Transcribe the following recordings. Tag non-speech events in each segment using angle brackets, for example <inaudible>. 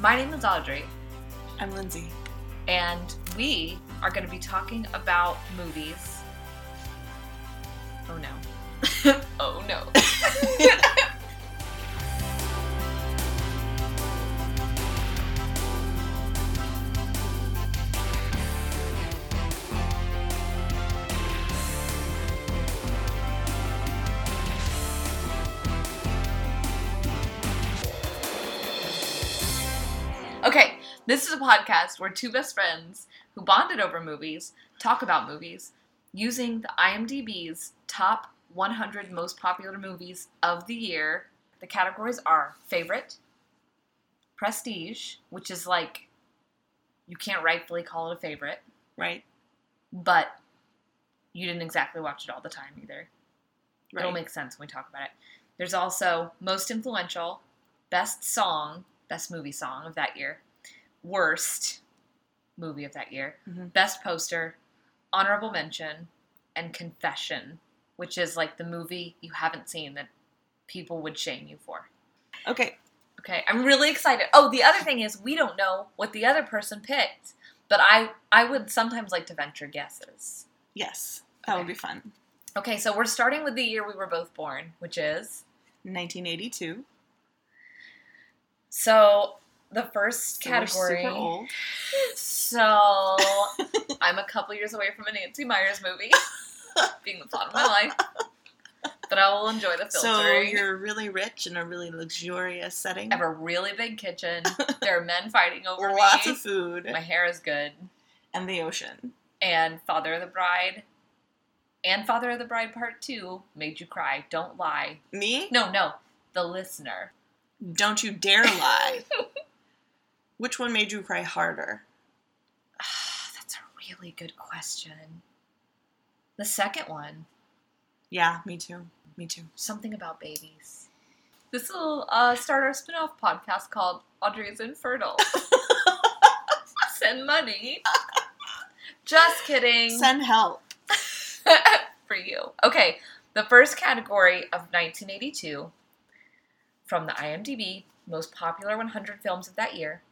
My name is Audrey, I'm Lindsay. and we are going to be talking about movies. Oh no. <laughs> oh no. Okay, this is a podcast where two best friends who bonded over movies talk about movies using the IMDb's top 100 most popular movies of the year. The categories are favorite, prestige, which is like you can't rightfully call it a favorite, Right. but you didn't exactly watch it all the time either. Right. It'll make sense when we talk about it. There's also most influential, best song, best movie song of that year, worst movie of that year, Mhm. best poster, honorable mention, and confession, which is like the movie you haven't seen that people would shame you for. okay. Okay, I'm really excited. Oh, the other thing is we don't know what the other person picked, but I I would sometimes like to venture guesses. Yes. That would be fun. Okay, so we're starting with the year we were both born, which is 1982. So the first So we're category. super old. <laughs> So I'm a couple years away from a Nancy Myers movie being the plot of my life, but I will enjoy the So filtering. you're really rich in a really luxurious setting. I have a really big kitchen. There are men fighting over Lots me. of food My hair is good. and the ocean. And Father of the Bride, and Father of the Bride Part Two made you cry. Don't lie. Me? No, no, the listener. <sighs> Don't <laughs> you dare lie. Which one made you cry harder? That's a really good question. The second one. Yeah, me too. Me too. something about babies. This will uh, start our spin off podcast called Audrey is Infertile. Send money. Just kidding. Send help. <laughs> <laughs> For you. Okay, the first category of 1982 from the IMDb most popular 100 films of that year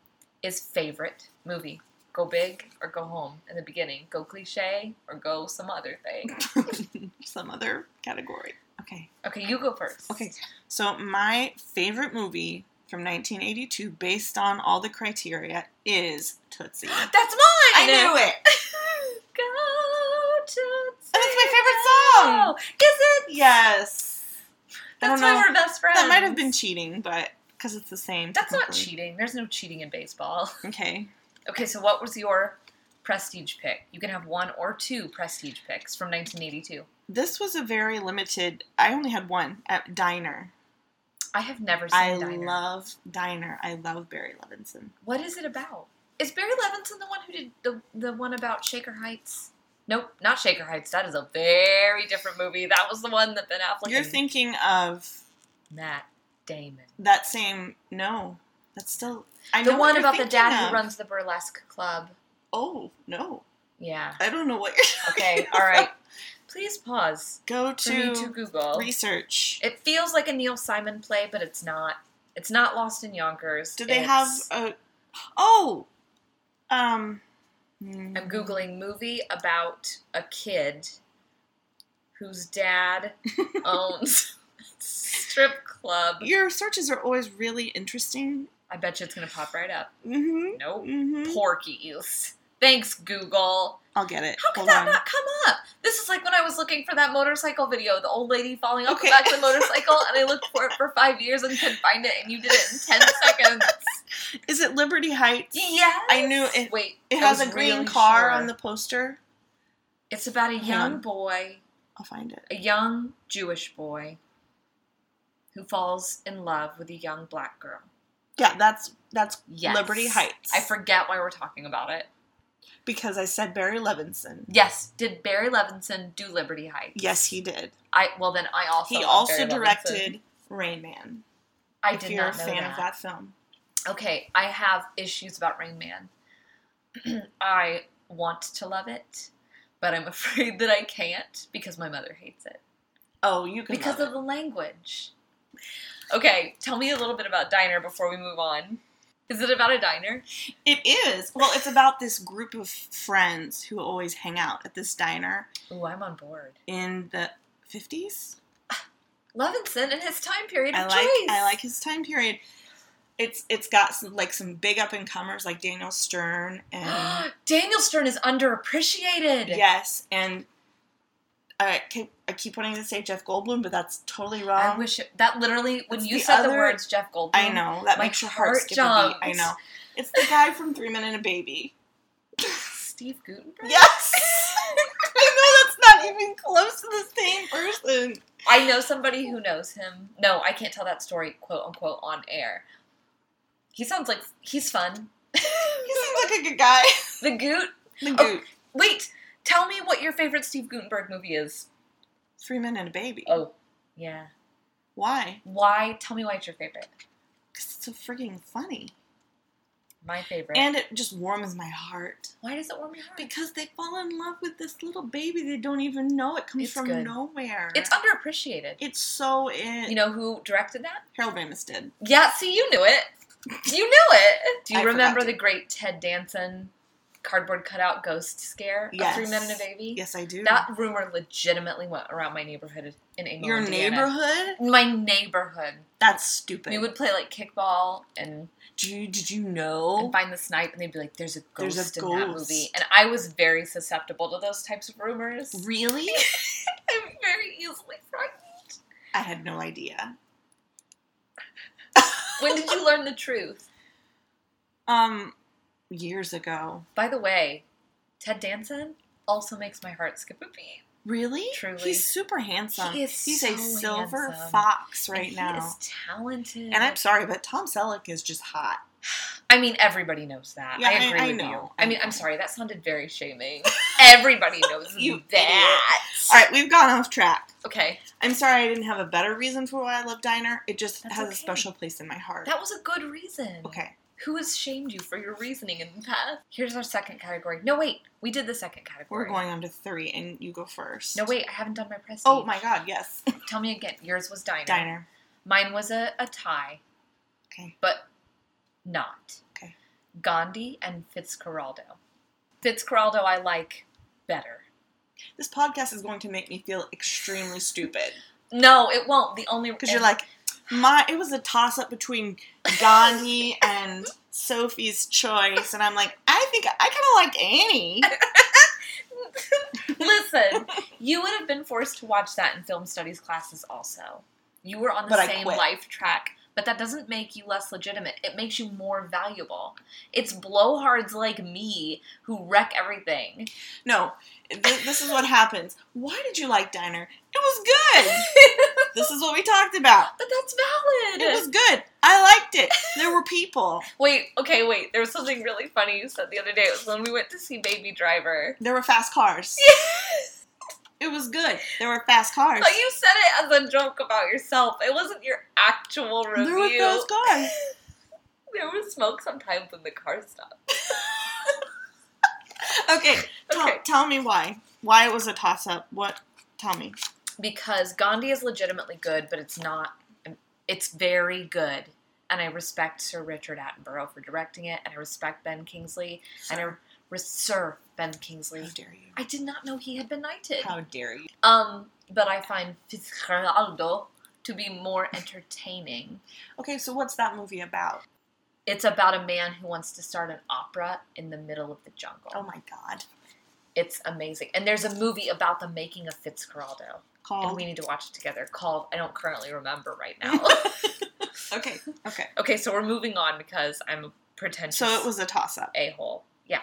is favorite movie. Go big or go home in the beginning. Go cliche or go some other thing. Some other category. Okay. Okay, you go first. Okay. So my favorite movie from 1982 based on all the criteria is <gasps> Tootsie. That's mine! it. <laughs> Go to That's my favorite song. Oh, is it? Yes. I That's don't know. why we're best friends. That might have been cheating, but because it's the same. That's not technically. cheating. There's no cheating in baseball. <laughs> Okay. Okay, so what was your prestige pick? You can have one or two prestige picks from 1982. This was a very limited. I only had one at Diner. I have never seen I Diner. love Diner. I love Barry Levinson. what is it about? Is Barry Levinson the one who did the the one about Shaker Heights? Nope, not Shaker Heights. That is a very different movie. That was the one that Ben Affleck You're and thinking of Matt Damon. that same. No, that's still. I know The what one you're about the thinking dad of. who runs the burlesque club. Oh no, Yeah. I don't know what you're. <laughs> Okay, all right. <laughs> Please pause Go for me to to Google. research. It feels like a Neil Simon play, but it's not. It's not Lost in Yonkers. Do they have It's- a? Oh, um. I'm I'm googling movie about a kid whose <laughs> dad owns <laughs> a strip club. Your searches are always really interesting. I bet you it's gonna pop right up. Mm-hmm. Nope. Mm-hmm. Porkies. Thanks, Google. I'll get it. How could Hold that on. not come up? This is like when I was looking for that motorcycle video, the old lady falling off Okay. the back of the motorcycle, and I looked for it for five years and couldn't find it, and you did it in <laughs> ten seconds. Is it Liberty Heights? Yes. I knew it- Wait, It I has a was green really car sure. on the poster. It's about a Hang young on. boy, I'll find it. a young Jewish boy, who falls in love with a young black girl. Yeah, that's that's Yes. Liberty Heights. I forget why we're talking about it. because I said Barry Levinson. Yes. Did Barry Levinson do Liberty Heights? Yes, he did. I well then I also he love also Barry Levinson. directed Rain Man. I if did you're not a know fan that. of that film. okay, I have issues about Rain Man. <clears throat> I want to love it, but I'm <laughs> afraid that I can't because my mother hates it. Oh, you can Because love of the language. Okay, tell me a little bit about Diner before we move on. Is it about a diner? It is. Well, it's about this group of friends who always hang out at this diner Ooh, I'm on board. in the 50s. Levinson and his time period of I like choice. I like his time period. It's it's got some like some big up and comers like Daniel Stern <gasps> and Daniel Stern is underappreciated. yes and I keep, I keep wanting to say Jeff Goldblum but that's totally wrong. I wish it, that literally when It's you the said the other- words Jeff Goldblum. I know that My makes your heart heart skip a beat. I jumps. know it's the guy from Three Men and a Baby. Steve Gutenberg. Yes, <laughs> I know that's not even close to the same person. I know somebody who knows him. No, I can't tell that story quote unquote on air. He sounds like he's fun. <laughs> He seems like a good guy. the Goot. The Oh. Goot. Wait, tell me what your favorite Steve Gutenberg movie is. Three Men and a Baby. Oh, yeah. Why? Why? Tell me why it's your favorite. Because it's so freaking funny. My favorite. And it just warms my heart. why does it warm your heart? Because they fall in love with this little baby they don't even know. It comes It's from good. nowhere. it's underappreciated. it's so it. you know who directed that? Harold Ramis did. Yeah, see, you knew it. You knew it. Do you I remember forgot to- the great Ted Danson cardboard cutout ghost scare Yes. of Three Men and a Baby? Yes, I do. That rumor legitimately went around my neighborhood in England. Your neighborhood? My neighborhood. That's stupid. We would play like kickball and, do you, did you and know? find the snipe, and they'd be like, "There's a There's ghost a in that ghost. movie," and I was very susceptible to those types of rumors. Really? <laughs> I'm very easily frightened. I had no idea. When did you learn the truth? Um, years ago. By the way, Ted Danson also makes my heart skip a beat. Really? Truly. He's super handsome. He is He's a so silver handsome. fox right And now. he is talented. and I'm sorry, but Tom Selleck is just hot. I mean, everybody knows that. Yeah, I I- agree I with you. know. I mean, I know. I'm sorry, that sounded very <laughs> shaming. everybody knows You that. All right, we've gone off track. Okay, I'm sorry I didn't have a better reason for why I love Diner. It just That's has okay. a special place in my heart. that was a good reason. okay. Who has shamed you for your reasoning in the past? Here's our second category. No, wait, we did the second category. We're going on to three, and you go first. No, wait, I haven't done my prestige. Oh my god, yes. Tell me again. Yours was diner. Diner. Mine was a, a tie, Okay. but not. Okay. Gandhi and Fitzcarraldo. Fitzcarraldo, I like better. This podcast is going to make me feel extremely stupid. No, it won't. The only Because you're and- like, my it was a toss up between Gandhi and Sophie's choice, and I'm like, I think I kinda like Annie. Listen, you would have been forced to watch that in film studies classes also. You were on the But I same quit. life track, but that doesn't make you less legitimate. It makes you more valuable. It's blowhards like me who wreck <laughs> everything. No, this, this is what happens. Why did you like Diner? It was good. this is what we talked about. But that's It valid. was good. I liked <laughs> it. There were people. wait, okay, wait. There was something really funny you said the other day. It was when we went to see Baby Driver. There were fast cars. It was good. There were fast cars. But you said it as a joke about yourself. It wasn't your actual review. There were fast cars. There was smoke sometimes when the car stopped. <laughs> Okay. Tell, Okay. tell me why. Why it was a toss up. What? Tell me. because Gandhi is legitimately good, but it's not. It's very good, and I respect Sir Richard Attenborough for directing it, and I respect Ben Kingsley, and I re- Sir Ben Kingsley. How dare you? I did not know he had been knighted. How dare you? Um, but I find Fitzcarraldo to be more entertaining. Okay, so what's that movie about? It's about a man who wants to start an opera in the middle of the jungle. Oh my god. It's amazing, and there's a movie about the making of Fitzcarraldo, and Called. we need to watch it together. Called I don't currently remember right now. okay. Okay. Okay, so we're moving on because I'm a pretentious So it was a toss up. a hole. Yeah,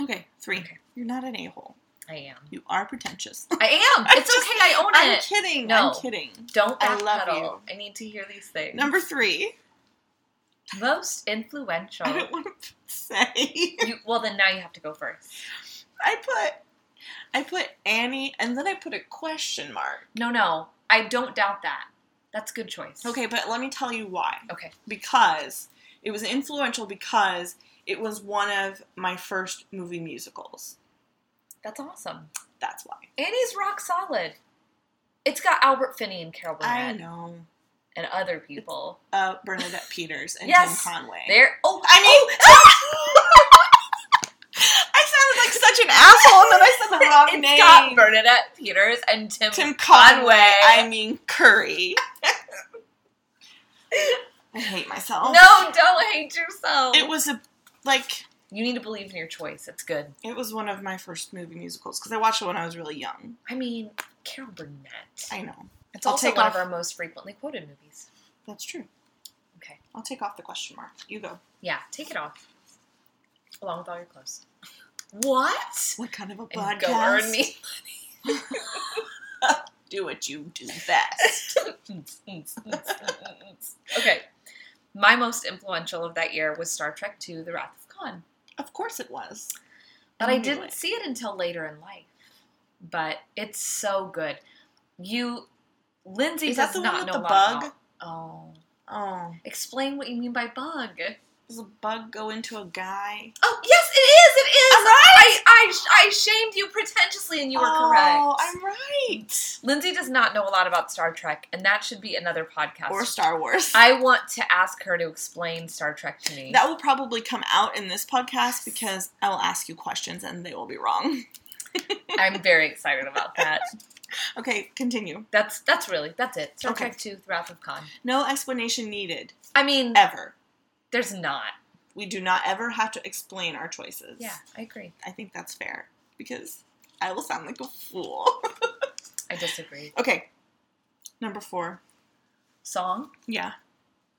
Okay. Three. Okay. You're not an a hole. I <laughs> am. You are pretentious. <laughs> I am. I'm It's just- okay. I own I'm it. kidding. No. I'm kidding. Don't I love backpedal. I, need to hear these things. Number three. most <laughs> influential. I don't want to say. You, well, then now you have to go first. I put I put Annie and then I put a question mark. No, no, I don't doubt that. That's a good choice. Okay, but let me tell you why. Okay. Because it was influential because it was one of my first movie musicals. That's awesome. That's why. Annie's rock solid. It's got Albert Finney and Carol Burnett. know. and other people. Uh, <laughs> Bernadette Peters and Yes. Tim Conway. There. Oh, ah! I mean, <laughs> I sounded like such an asshole, and then I said oh, the wrong oh, <laughs> it's name. got Bernadette Peters and Tim. Tim Conway. Conway. I mean Curry. <laughs> I hate myself. no, don't hate yourself. Oh. it was a like you need to believe in your choice. It's good. it was one of my first movie musicals because I watched it when I was really young. I mean, Carol Burnett. I know It's I'll also take one off- of our most frequently quoted movies. that's true. Okay. I'll take off the question mark. You go. Yeah, take it off. Along with all your clothes. What? What kind of a And podcast? go earn me. Do what you do best. <laughs> okay. My most influential of that year was Star Trek II The Wrath of Khan. <laughs> of course it was. But I knew didn't it. see it until later in life. But it's so good. You, Lindsay Is that does the one not with know the a lot bug? about- Oh, Oh, explain what you mean by bug. does a bug go into a guy? Oh yes, it is. It is. I'm right. I, I I shamed you pretentiously, and you were Oh, correct. I'm right. Lindsay does not know a lot about Star Trek, and that should be another podcast. Or Star Wars. I want to ask her to explain Star Trek to me. <laughs> That will probably come out in this podcast because I will ask you questions and they will be wrong. <laughs> I'm very excited about that. Okay, continue. That's that's really that's it. Star Okay. Trek Two: The Wrath of Khan. No explanation needed I mean, ever. there's not. We do not ever have to explain our choices. Yeah, I agree. I think that's fair because I will sound like a fool. <laughs> I disagree. okay, number four. Song. Yeah.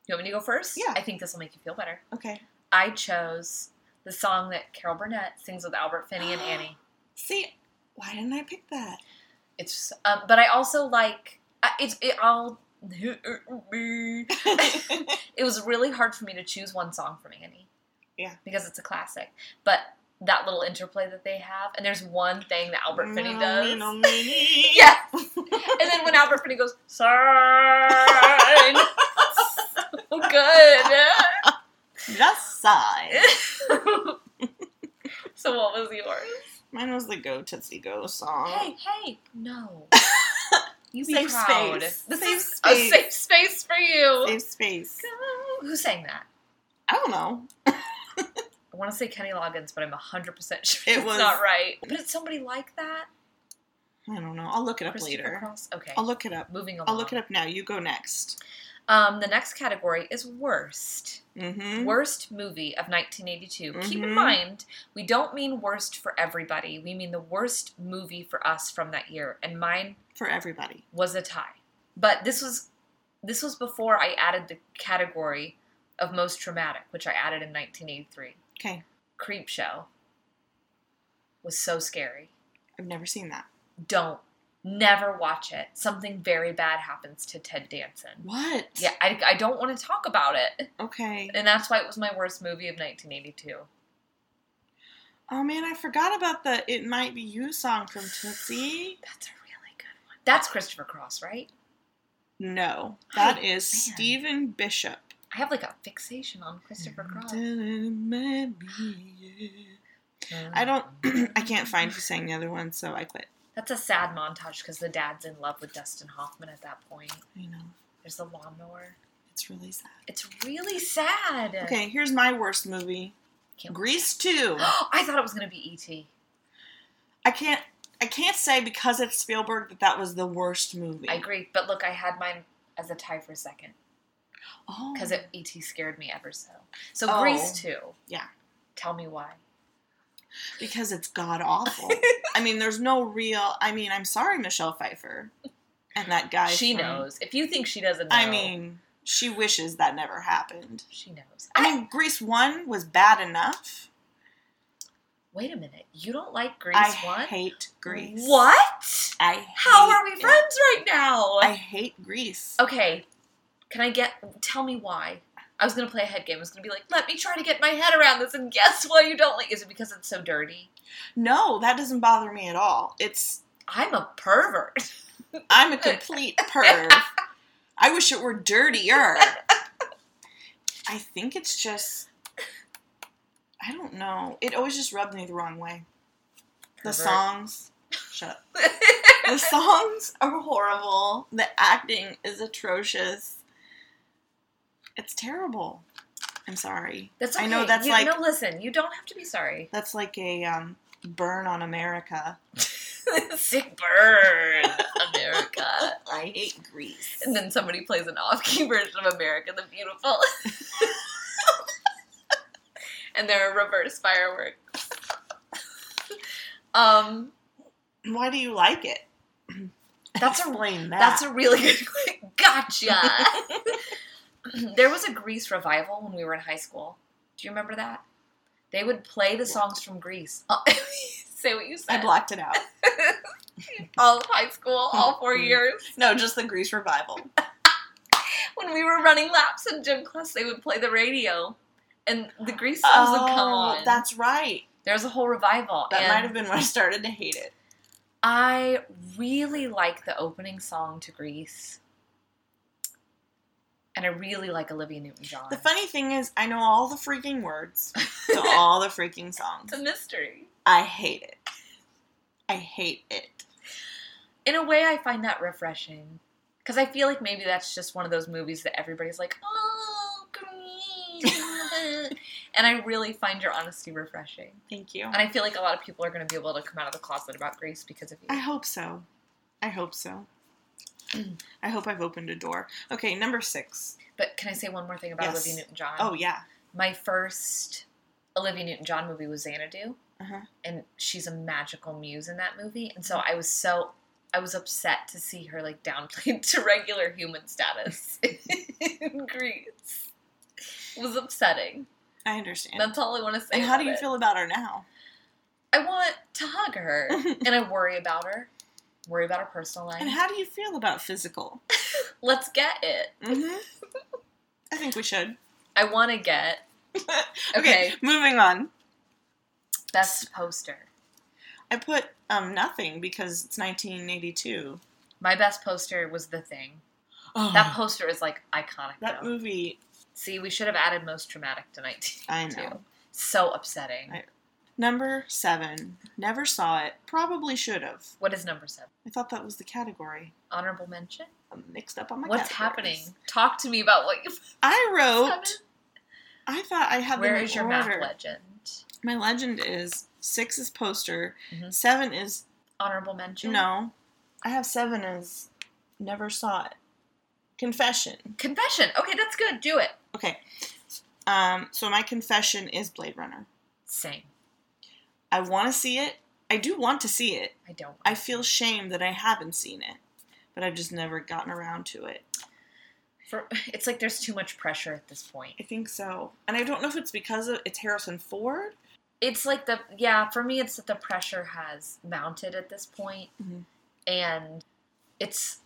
You want me to go first? Yeah. I think this will make you feel better. Okay. I chose the song that Carol Burnett sings with Albert Finney <gasps> and Annie. See, why didn't I pick that? It's um, but I also like I- it's it all. it was really hard for me to choose one song from Annie. Yeah. because it's a classic. But that little interplay that they have, and there's one thing that <laughs> Albert Finney does. yeah. <laughs> Yeah, and then when Albert Finney goes sign, <laughs> so good. <laughs> Just sigh. so what was yours? Mine was the Go Tootsie Go song. Hey, hey, no. <laughs> You be Oh. Safe proud. space. This Safe is space. a safe space for you. Save space. Go. Who sang that? I don't know. I want to say Kenny Loggins, but I'm 100% <laughs> sure it's It was- not right. But it's somebody like that? I don't know. I'll look it up Christopher later. Cross? Okay. I'll look it up. Moving along. I'll look it up now. You go next. Um, the next category is worst. Mm-hmm. Worst movie of 1982. Keep in Mhm. mind, we don't mean worst for everybody. We mean the worst movie for us from that year. And mine For everybody. was a tie. But this was this was before I added the category of most traumatic, which I added in 1983. Okay. Creep Show was so scary. I've never seen that. Don't never watch it. Something very bad happens to Ted Danson. What? Yeah, I, I don't want to talk about it. Okay. And that's why it was my worst movie of 1982. Oh man, I forgot about the "It Might Be You" song from Tootsie. That's a really good one. That's Christopher Cross, right? No, that Oh, is man. Stephen Bishop. I have like a ffixation on Christopher Cross. Mm-hmm. It might be you. <laughs> I don't. <clears throat> I can't find who sang the other one, so I quit. That's a sad montage because the dad's in love with Dustin Hoffman at that point. I know There's the lawnmower. it's really sad. It's really sad. Okay, here's my worst movie: Can't- Grease Two. I thought it <gasps> was gonna be E E.T. I can't. I can't say because it's Spielberg that that was the worst movie. I agree, but look, I had mine as a tie for second Oh, because it ET scared me ever so. So Oh. Grease too. Yeah. Tell me why. because it's god <laughs> awful. I mean, there's no real. I mean, I'm sorry, Michelle Pfeiffer, and that guy. she from- knows. If you think she doesn't know, I mean, she wishes that never happened. she knows. I mean, Grease One was bad enough. Wait a minute. You don't like Grease I one? hate Grease. What? I How hate are we it. friends right now? I hate Grease. okay. Can I get? Tell me why. I was gonna play a head game. I was gonna be like, let me try to get my head around this and guess why you don't like. Is it because it's so dirty? No, that doesn't bother me at all. It's I'm a pervert. I'm <laughs> a complete perv. I wish it were dirtier. I think it's just I don't know. It always just rubbed me the wrong way. The Pervert. songs shut up. The songs are horrible. The acting is atrocious. It's terrible. I'm sorry. <laughs> That's okay. I know that's you, like- no. Listen, you don't have to be sorry. <laughs> That's like a um, burn on America. Sick burn, America. I hate Greece. And then somebody plays an off-key version of America the Beautiful. <laughs> and they're a reverse firework. <laughs> um, Why do you like it? That's a- explain that. that's a really <laughs> good gotcha. <laughs> there was a Grease revival when we were in high school. Do you remember that? They would play the songs from Grease. Uh, <laughs> say what you I said. <laughs> blocked it out. All of high <laughs> school, all four Mm. years. No, just the Greece <laughs> revival. when we were running laps in gym class, they would play the radio, and the Grease songs would come on. Oh, that's right. There's a whole revival. That and might have been when I started to hate it. I really like the opening song to Grease, and I really like Olivia Newton-John. The funny thing is, I know all the <laughs> freaking words to all the freaking songs. it's a mystery. I hate it. I hate it. In a way, I find that refreshing because I feel like maybe that's just one of those movies that everybody's like, "Oh, Grease," <laughs> and I really find your honesty refreshing. Thank you. And I feel like a lot of people are going to be able to come out of the closet about Grease because of you. I hope so. I hope so. I hope I've opened a door. Okay, number six. But can I say one more thing about Yes. Olivia Newton John? Oh yeah. My first Olivia Newton John movie was Xanadu, Uh-huh. and she's a magical muse in that movie. And so I was so I was upset to see her like downplayed <laughs> to regular human status <laughs> in Greece. It was upsetting. I understand. That's all I want to say. and how do about you it. feel about her now? I want to hug her, <laughs> and I worry about her. Worry about her personal life. And how do you feel about physical? Let's get it. <laughs> Mm-hmm. I think we should. I want to get <laughs> okay, Okay. moving on. best poster. I put um nothing because it's 1982. My best poster was The Thing. Oh, That poster is like iconic. that though. movie. See, we should have added most traumatic to 19. I know. So upsetting. I- Number seven. Never saw it. Probably should have. what is number seven? I thought that was the category. Honorable mention? I'm mixed up on Oh my. What's happening? categories. Talk to me about what <laughs> you I wrote. Seven? I thought I had. Where them in is your order. math legend? My legend is six is poster. Mhm. Seven is Honorable mention? no. I have seven as never saw it. Confession. Confession. Okay, that's good. Do it. Okay. Um. So my confession is Blade Runner. Same. I want to see it. I do want to see it. I don't. I feel shame that I haven't seen it, but I've just never gotten around to it. For, <laughs> it's like there's too much pressure at this point. I think so. And I don't know if it's because of, it's Harrison Ford. It's like the yeah. For me, it's that the pressure has mounted at this point, Mhm. and it's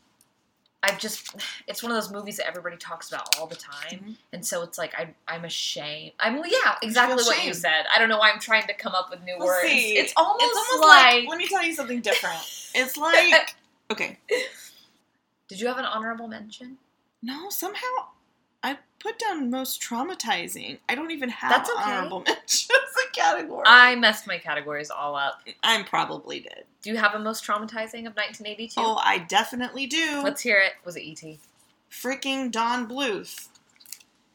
I've just it's one of those movies that everybody talks about all the time. Mhm. And so it's like I, I'm ashamed. I'm yeah, exactly what you shame. said. I don't know why I'm trying to come up with new Well, words. see, it's almost, It's almost like, like, let me tell you something different. <laughs> It's like, okay, Did you have an honorable mention? no, somehow I put down most traumatizing. I don't even have That's okay. honorable <laughs> mentions a category. I messed my categories all up. I'm probably did. Do you have a most traumatizing of 1982? Oh, I definitely do. Let's hear it. Was it E E.T.? Freaking Don Bluth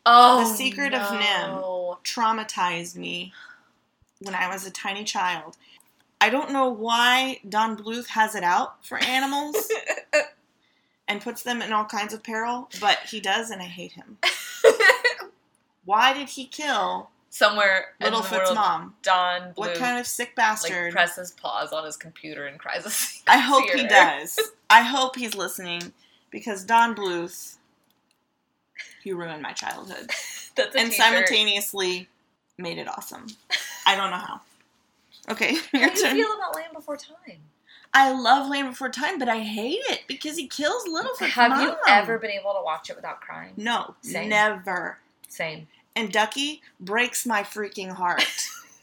Oh, The Secret of no. <laughs> traumatized me when I was a tiny child. I don't know why Don Bluth has it out <laughs> for animals and puts them in all kinds of peril, but he does, and I hate him. Why did he kill Somewhere in the Littlefoot's world, mom? Don Blue What kind of sick like bastard? presses pause on his computer and cries <laughs> a secret. I hope he tear. does. I hope he's listening because Don Bluth, you ruined my <laughs> childhood That's a and t-shirt. simultaneously made it awesome. I don't know how. Okay, <laughs> How your do you turn. feel about Land Before Time? I love Land Before Time, but I hate it because he kills Littlefoot's Have mom. you ever been able to watch it without crying? No, Same. never. Same. And Ducky breaks my freaking heart.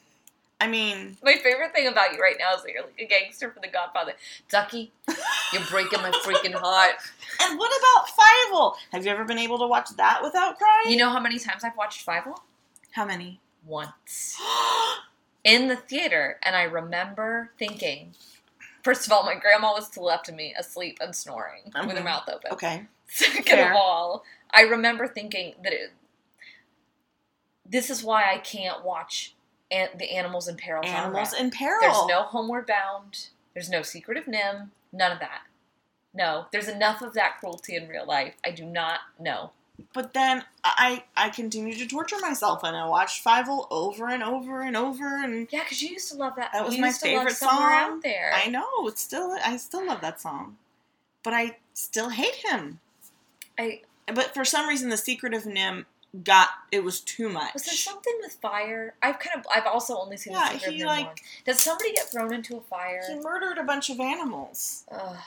<laughs> I mean, My favorite thing about you right now is that you're like a gangster from The Godfather. <laughs> Ducky, you're breaking my freaking heart. and what about Fievel? Have you ever been able to watch that without crying? You know how many times I've watched Fievel? How many? <gasps> Once. In the theater, and I remember thinking, first of all, my grandma was to the left of me, asleep and snoring with her Mhm. mouth open. okay. Second Fair. of all, I remember thinking that it, This is why I can't watch an- the Animals in Peril. genre. Animals in peril. There's no Homeward Bound. There's no Secret of Nim. None of that. No, there's enough of that cruelty in real life. I do not know. But then I I continued to torture myself and I watched Five O over and over and over and Yeah, because you used to love that. That was you my used to love favorite Somewhere song. Out there. I know it's still I still love that song, but I still hate him. I- but for some reason the secret of Nim got it was too much. Was there something with fire? I've kind of. I've also only seen the Yeah, Secret he, of Nim like- one. Does somebody get thrown into a he fire? murdered a bunch of animals. Ugh.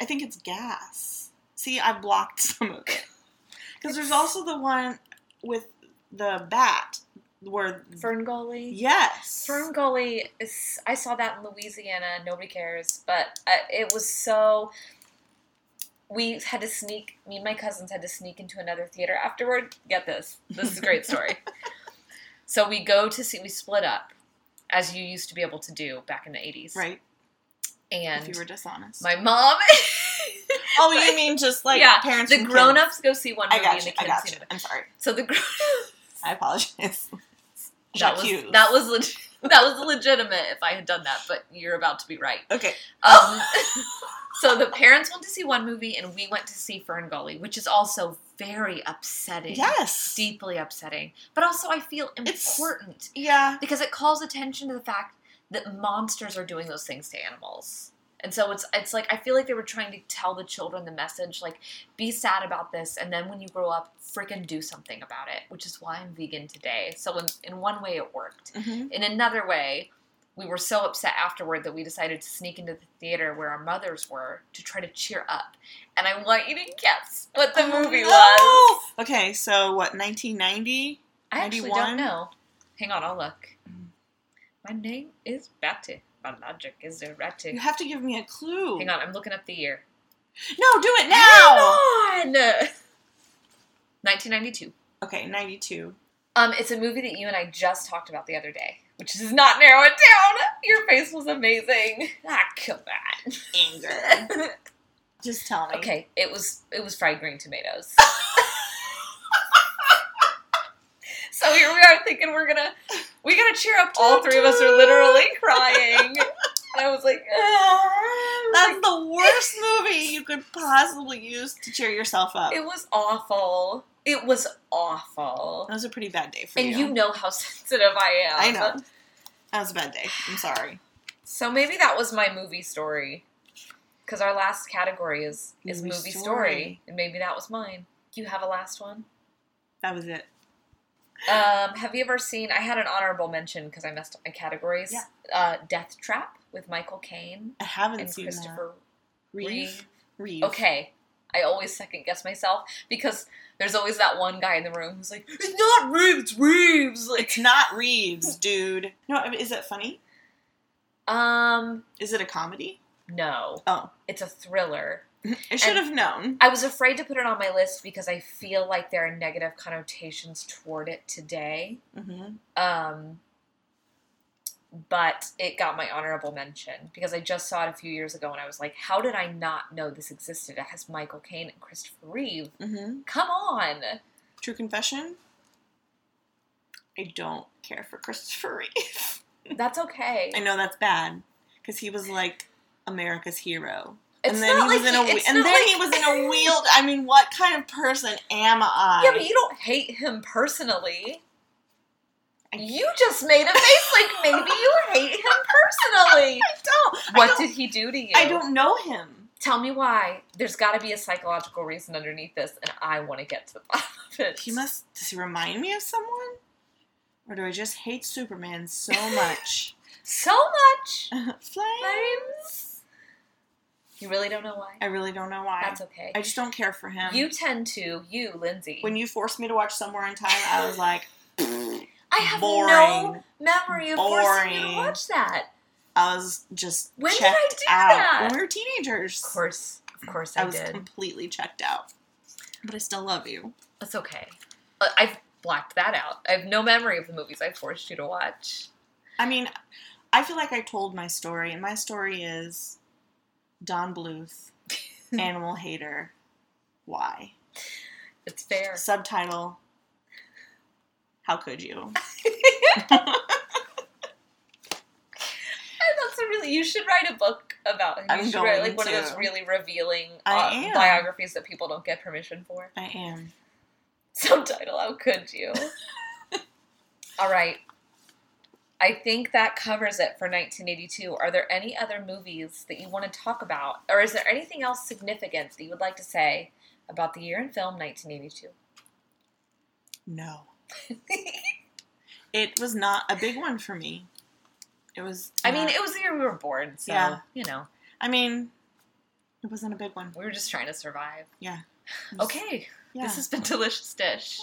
I think it's gas. See, I blocked <laughs> some of it because there's also the one with the bat where Fern Gully. yes Fern Gully is. I saw that in Louisiana. Nobody cares, but I, it was so. We had to sneak. Me and my cousins had to sneak into another theater afterward. Get this. This is a great <laughs> story. so we go to see. We split up, as you used to be able to do back in the eighties. right. And If you were dishonest. my mom. <laughs> oh, you mean just like yeah, parents? the and kids. grown-ups go see one I movie got and you. the kids I got see you. another. <laughs> I'm sorry. So the grown. I apologize. <laughs> That was Hughes. that was leg- <laughs> that was legitimate if I had done that, but you're about to be right. okay. <laughs> Um, <laughs> so the parents went to see one movie, and we went to see Fern Gully, which is also very upsetting. Yes. deeply upsetting. But also, I feel It's- important Yeah. because it calls attention to the fact that monsters are doing those things to animals. And so it's it's like I feel like they were trying to tell the children the message like be sad about this and then when you grow up freaking do something about it, which is why I'm vegan today. So in, in one way it worked. Mhm. In another way, we were so upset afterward that we decided to sneak into the theater where our mothers were to try to cheer up. And I want you to guess what the Oh, movie no! was. Okay, so what? 1990. I actually 91? don't know. Hang on, I'll look. My name is Batty. My logic is You erratic. have to give me a clue. Hang on, I'm looking up the year. No, do it now. Hang on! <laughs> 1992. Okay, 92. Um, it's a movie that you and I just talked about the other day, which does not narrow it down. Your face was amazing. Ah, come <laughs> Anger. on. Just tell me. okay, it was it was fried green <laughs> tomatoes. so here we are thinking we're gonna we gotta cheer up. All three of us are literally crying. And I was like, "Ah." <laughs> <laughs> That's the worst movie you could possibly use to cheer yourself up. It was awful. It was awful. that was a pretty bad day for And you. you know how <laughs> sensitive I am. I know. That was a bad day. I'm sorry. So maybe that was my movie story. Because our last category is is Movie movie, story. story. and maybe that was mine. Do you have a last one? That was it. Um, have you ever seen? I had an honorable mention because I messed up my categories. Yeah. Uh, Death Trap with Michael Caine I haven't and seen Christopher that. Reeve. Reeve. Okay. I always second guess myself because there's always that one guy in the room who's like, "It's not Reeves, Reeves." Like, It's not Reeves, dude. No, I mean, is it funny? um, Is it a comedy? no, Oh, it's a thriller. I should have known. I was afraid to put it on my list because I feel like there are negative connotations toward it today. Mm-hmm. Um, but it got my honorable mention because I just saw it a few years ago and I was like, how did I not know this existed? It has Michael Caine and Christopher Reeve. Mm-hmm. Come on. True confession. I don't care for Christopher Reeve. That's okay. I know that's bad because he was like America's hero, It's and then not he was like in a he- it's and not then like- he was <laughs> in a wheeled. I mean, what kind of person am I? Yeah, but you don't hate him personally. I- You just made a face like maybe you hate him personally. I don't. <laughs> I What don't, did he do to you? I don't know him. Tell me why. There's got to be a psychological reason underneath this, and I want to get to the bottom of it. He must. Does he remind me of someone? Or do I just hate Superman <laughs> so much? so <laughs> much. Flame. Flames. You really don't know why. I really don't know why. That's okay. I just don't care for him. You tend to, you, Lindsay. when you forced me to watch Somewhere in Time, I was like, <sniffs> I have boring. no memory of forcing you to Boring. watch that. I was just When did I checked do out that? when we were teenagers. Of course, of course, I I, was did. completely checked out, but I still love you. That's okay. Uh, I've blacked that out. I have no memory of the movies I forced you to watch. I mean, I feel like I told my story, and my story is <laughs> Don Bluth, animal hater. Why? It's fair. Subtitle: How could you? And that's a really you should write a book about him. You I'm should write going like one of those to. really revealing I uh, am. biographies that people don't get permission for. I am. Subtitle, how could <laughs> you? All right. I think that covers it for 1982. Are there any other movies that you want to talk about? Or is there anything else significant that you would like to say about the year in film 1982? No. <laughs> It was not a big one for me. It was. I mean, not- it was the year we were born, so, Yeah. you know, I mean, it wasn't a big one. we were just trying to survive. It was- Okay, Yeah. this has been Delicious <laughs> Dish.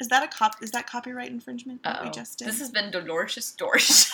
is that a cop? Is that copyright infringement? What Uh-oh. we just <laughs> did. This has been Dolores Dorsch.